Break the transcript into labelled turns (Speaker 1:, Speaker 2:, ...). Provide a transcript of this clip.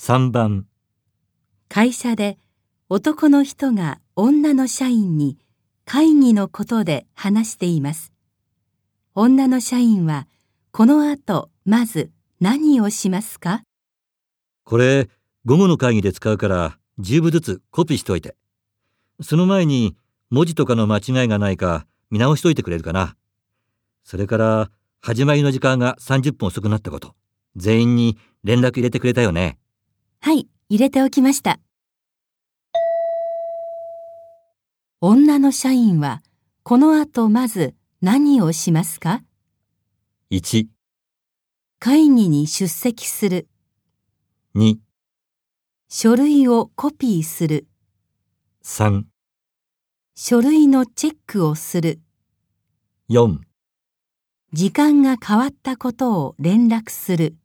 Speaker 1: 3番
Speaker 2: 会社で男の人が女の社員に会議のことで話しています。女の社員はこの後まず何をしますか
Speaker 1: これ午後の会議で使うから10部ずつコピーしといてその前に文字とかの間違いがないか見直しといてくれるかなそれから始まりの時間が30分遅くなったこと全員に連絡入れてくれたよね
Speaker 2: はい、入れておきました。女の社員はこの後まず何をしますか
Speaker 1: 1、
Speaker 2: 会議に出席する、
Speaker 1: 2、
Speaker 2: 書類をコピーする、
Speaker 1: 3、
Speaker 2: 書類のチェックをする。
Speaker 1: 4
Speaker 2: 時間が変わったことを連絡する。